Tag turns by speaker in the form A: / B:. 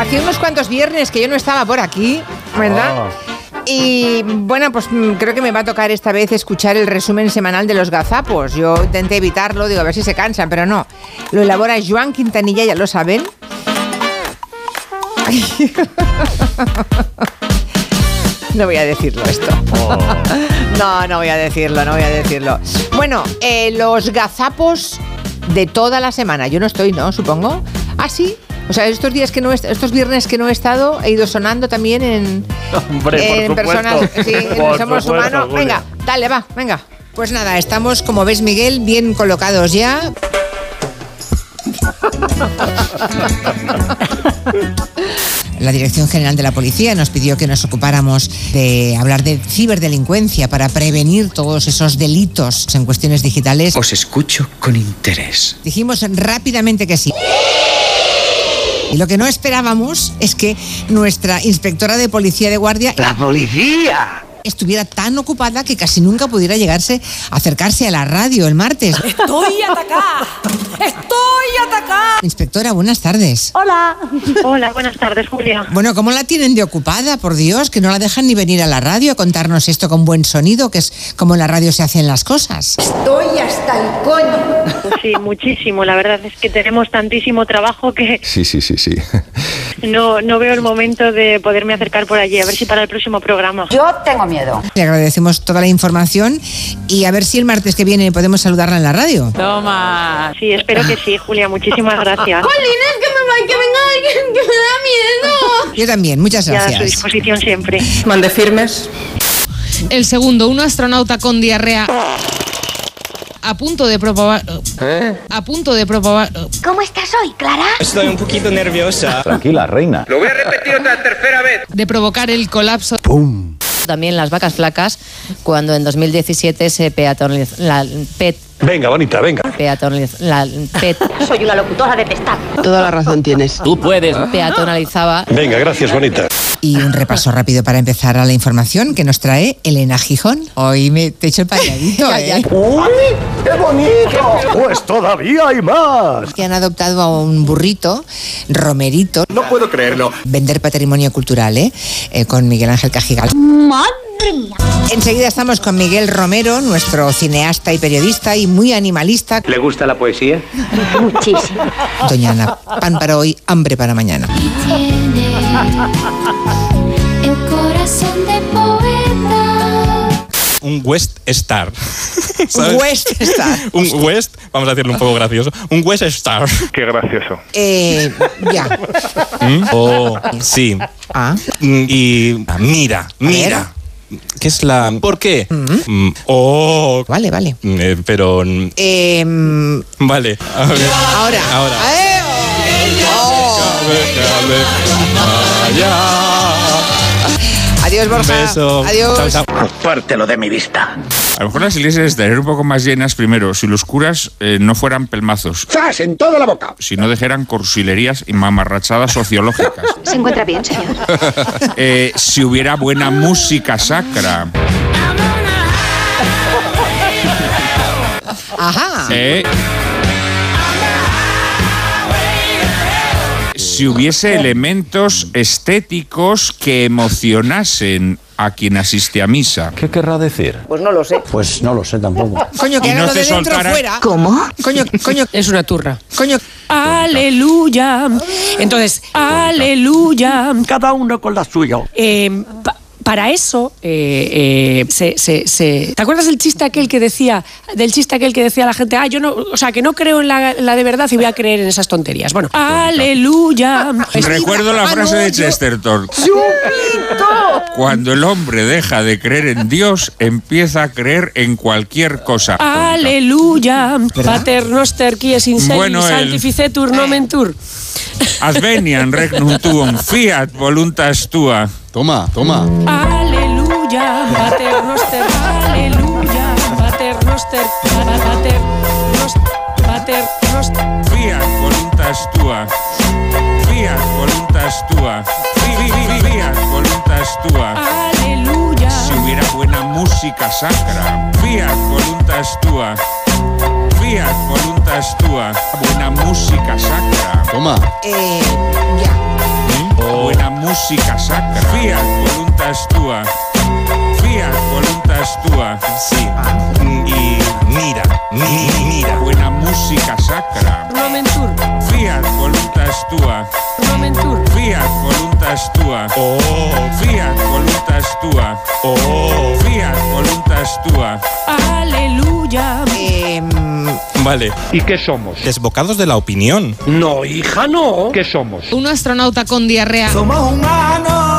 A: hacía unos cuantos viernes que yo no estaba por aquí, ¿verdad? Y bueno, pues mm, creo que me va a tocar esta vez escuchar el resumen semanal de los gazapos. Yo intenté evitarlo, digo, a ver si se cansan, pero no. Lo elabora Joan Quintanilla, ya lo saben. No voy a decirlo esto. No, no voy a decirlo, no voy a decirlo. Bueno, eh, los gazapos de toda la semana. Yo no estoy, ¿no? Supongo. Ah, sí. O sea, estos días que no he est- estos viernes que no he estado, he ido sonando también en,
B: Hombre,
A: Eh, en
B: por
A: personas.
B: supuesto.
A: Sí, en
B: Por
A: Somos
B: supuesto,
A: Humanos.
B: Julia.
A: Venga, dale, va, venga. Pues nada, estamos, como ves, Miguel, bien colocados ya. La Dirección General de la Policía nos pidió que nos ocupáramos de hablar de ciberdelincuencia para prevenir todos esos delitos en cuestiones digitales.
B: Pues-
C: Os escucho con interés.
A: Dijimos rápidamente que sí. Y lo que no esperábamos es que nuestra inspectora de policía de guardia
C: ¡La policía!
A: estuviera tan ocupada que casi nunca pudiera llegarse a acercarse a la radio el martes.
D: Estoy atacada. Estoy atacada.
A: Inspectora, buenas tardes.
E: Hola. Hola, buenas tardes, Julia.
A: Bueno, ¿cómo la tienen de ocupada? Por Dios, que no la dejan ni venir a la radio a contarnos esto con buen sonido, que es como en la radio se hacen las cosas.
D: Estoy hasta el coño.
E: Pues sí, muchísimo. La verdad es que tenemos tantísimo trabajo que
F: Sí, sí, sí, sí.
E: no, no veo el momento de poderme acercar por allí. A ver si para el próximo programa.
D: Yo tengo miedo.
A: Le agradecemos toda la información y a ver si el martes que viene podemos saludarla en la radio.
E: Sí, espero que sí, Julia. Muchísimas gracias.
A: Yo también, muchas
E: Ya a su
A: gracias.
E: disposición siempre.
G: Mande firmes.
H: El segundo, un astronauta con diarrea a punto de propagar... A punto de propagar...
I: ¿Cómo estás hoy, Clara?
J: Estoy un poquito nerviosa.
B: Tranquila, reina.
C: Lo voy a repetir otra tercera vez.
H: de provocar el colapso.
G: También las vacas flacas, cuando en 2017 se peatonalizó la pet.
B: Venga, bonita, venga.
G: peatonaliz- la pet-
D: Soy una locutora de pestar.
G: Toda la razón tienes.
J: Tú puedes.
A: Ah.
G: Peatonalizaba.
B: Venga, gracias, bonita.
A: Y un repaso rápido para empezar a la información que nos trae Elena Gijón. Hoy me te echo el payadito, ¿eh?
B: ¡Uy, qué bonito! Pues todavía hay más.
A: que han adoptado a un burrito, Romerito,
B: No puedo creerlo.
A: vender patrimonio cultural, ¿eh? Eh, con Miguel Ángel Cajigal. Enseguida estamos con Miguel Romero, nuestro cineasta y periodista y muy animalista.
C: ¿Le gusta la poesía?
E: Muchísimo.
A: Doña Ana, pan para hoy, hambre para mañana.
I: Y tiene el corazón de poeta.
J: Un West Star. ¿Sabes?
A: West Star.
J: Un West, vamos a decirlo un poco gracioso. Un West Star.
B: Qué gracioso.
A: Eh, ya. ¿Mm?
J: Oh, sí.
A: Ah.
J: Mm, Y mira, mira. ¿Qué es la. ¿Por qué?
A: Mm-hmm.
J: Mm, Oh.
A: Vale, vale.
J: mm, eh, Pero. mm,
A: Eh,
J: Vale. A ver.
A: ahora.
J: Ahora.
A: Eh, oh.
J: Déjame allá.
A: Adiós,
J: Un
A: Borja.
J: beso.
A: Adiós.
J: Chao, chao.
C: Pártelo de mi vista.
K: A lo mejor las iglesias estarían un poco más llenas primero si los curas eh, no fueran pelmazos,
B: ¡Zas! En toda la boca.
K: si no dejaran corsilerías y mamarrachadas sociológicas,
I: ¿Se encuentra bien, señor?
K: eh, si hubiera buena música sacra,
A: Ajá.
K: eh, si hubiese elementos estéticos que emocionasen a quien asiste a misa.
B: ¿Qué querrá decir? Pues no lo sé. Pues no lo sé tampoco.
A: Coño, que
K: Y no
A: hagan lo
K: se
A: de dentro
K: soltara-
A: fuera.
G: ¿Cómo?
A: Coño, coño,
G: Es una turra.
A: coño.
D: Aleluya. Entonces, aleluya.
B: Cada uno con la suya.
D: Eh, pa- para eso, eh, eh, se, se- se- ¿te acuerdas del chiste aquel que decía, del chiste aquel que decía la gente, ah, yo no, o sea, que no creo en la, en la de verdad y voy a creer en esas tonterías? Bueno, aleluya.
G: Ah,
K: Recuerdo
B: Ah,
K: la frase de Chesterton. Cuando el hombre deja de creer en Dios, empieza a creer en cualquier cosa.
D: Aleluya, Pater Noster qui es in celis,
K: Bueno, el-
D: Sanctificetur nomentur.
K: Adveniam regnum tuum, fiat voluntas tua.
B: Toma, toma.
D: Aleluya, Pater Noster, aleluya, Pater Noster, Pater Noster, Pater Noster.
K: Fiat voluntas tua. Fiat voluntas tua. Fi- fi- fi- Fiat voluntas tua.
D: Aleluya.
K: Si hubiera buena música sacra. Fiat voluntas tua. Fiat voluntas tua. Buena música sacra.
B: Toma.
A: Eh, ya.
B: Oh.
K: música sacra. Fiat voluntas tua. Fiat voluntas tua. Sí. Y mira, mira. Buena música sacra.
D: Momentur,
K: Fiat voluntas tua.
D: momentur.
K: Fiat voluntas tua. Oh, fiat voluntas tua. Oh, fiat voluntas tua.
D: Aleluya.
A: Em,
J: Vale.
B: ¿Y qué somos?
J: Desbocados de la opinión.
B: No, hija, no. ¿Qué somos?
H: Un astronauta con diarrea.
B: Somos humanos.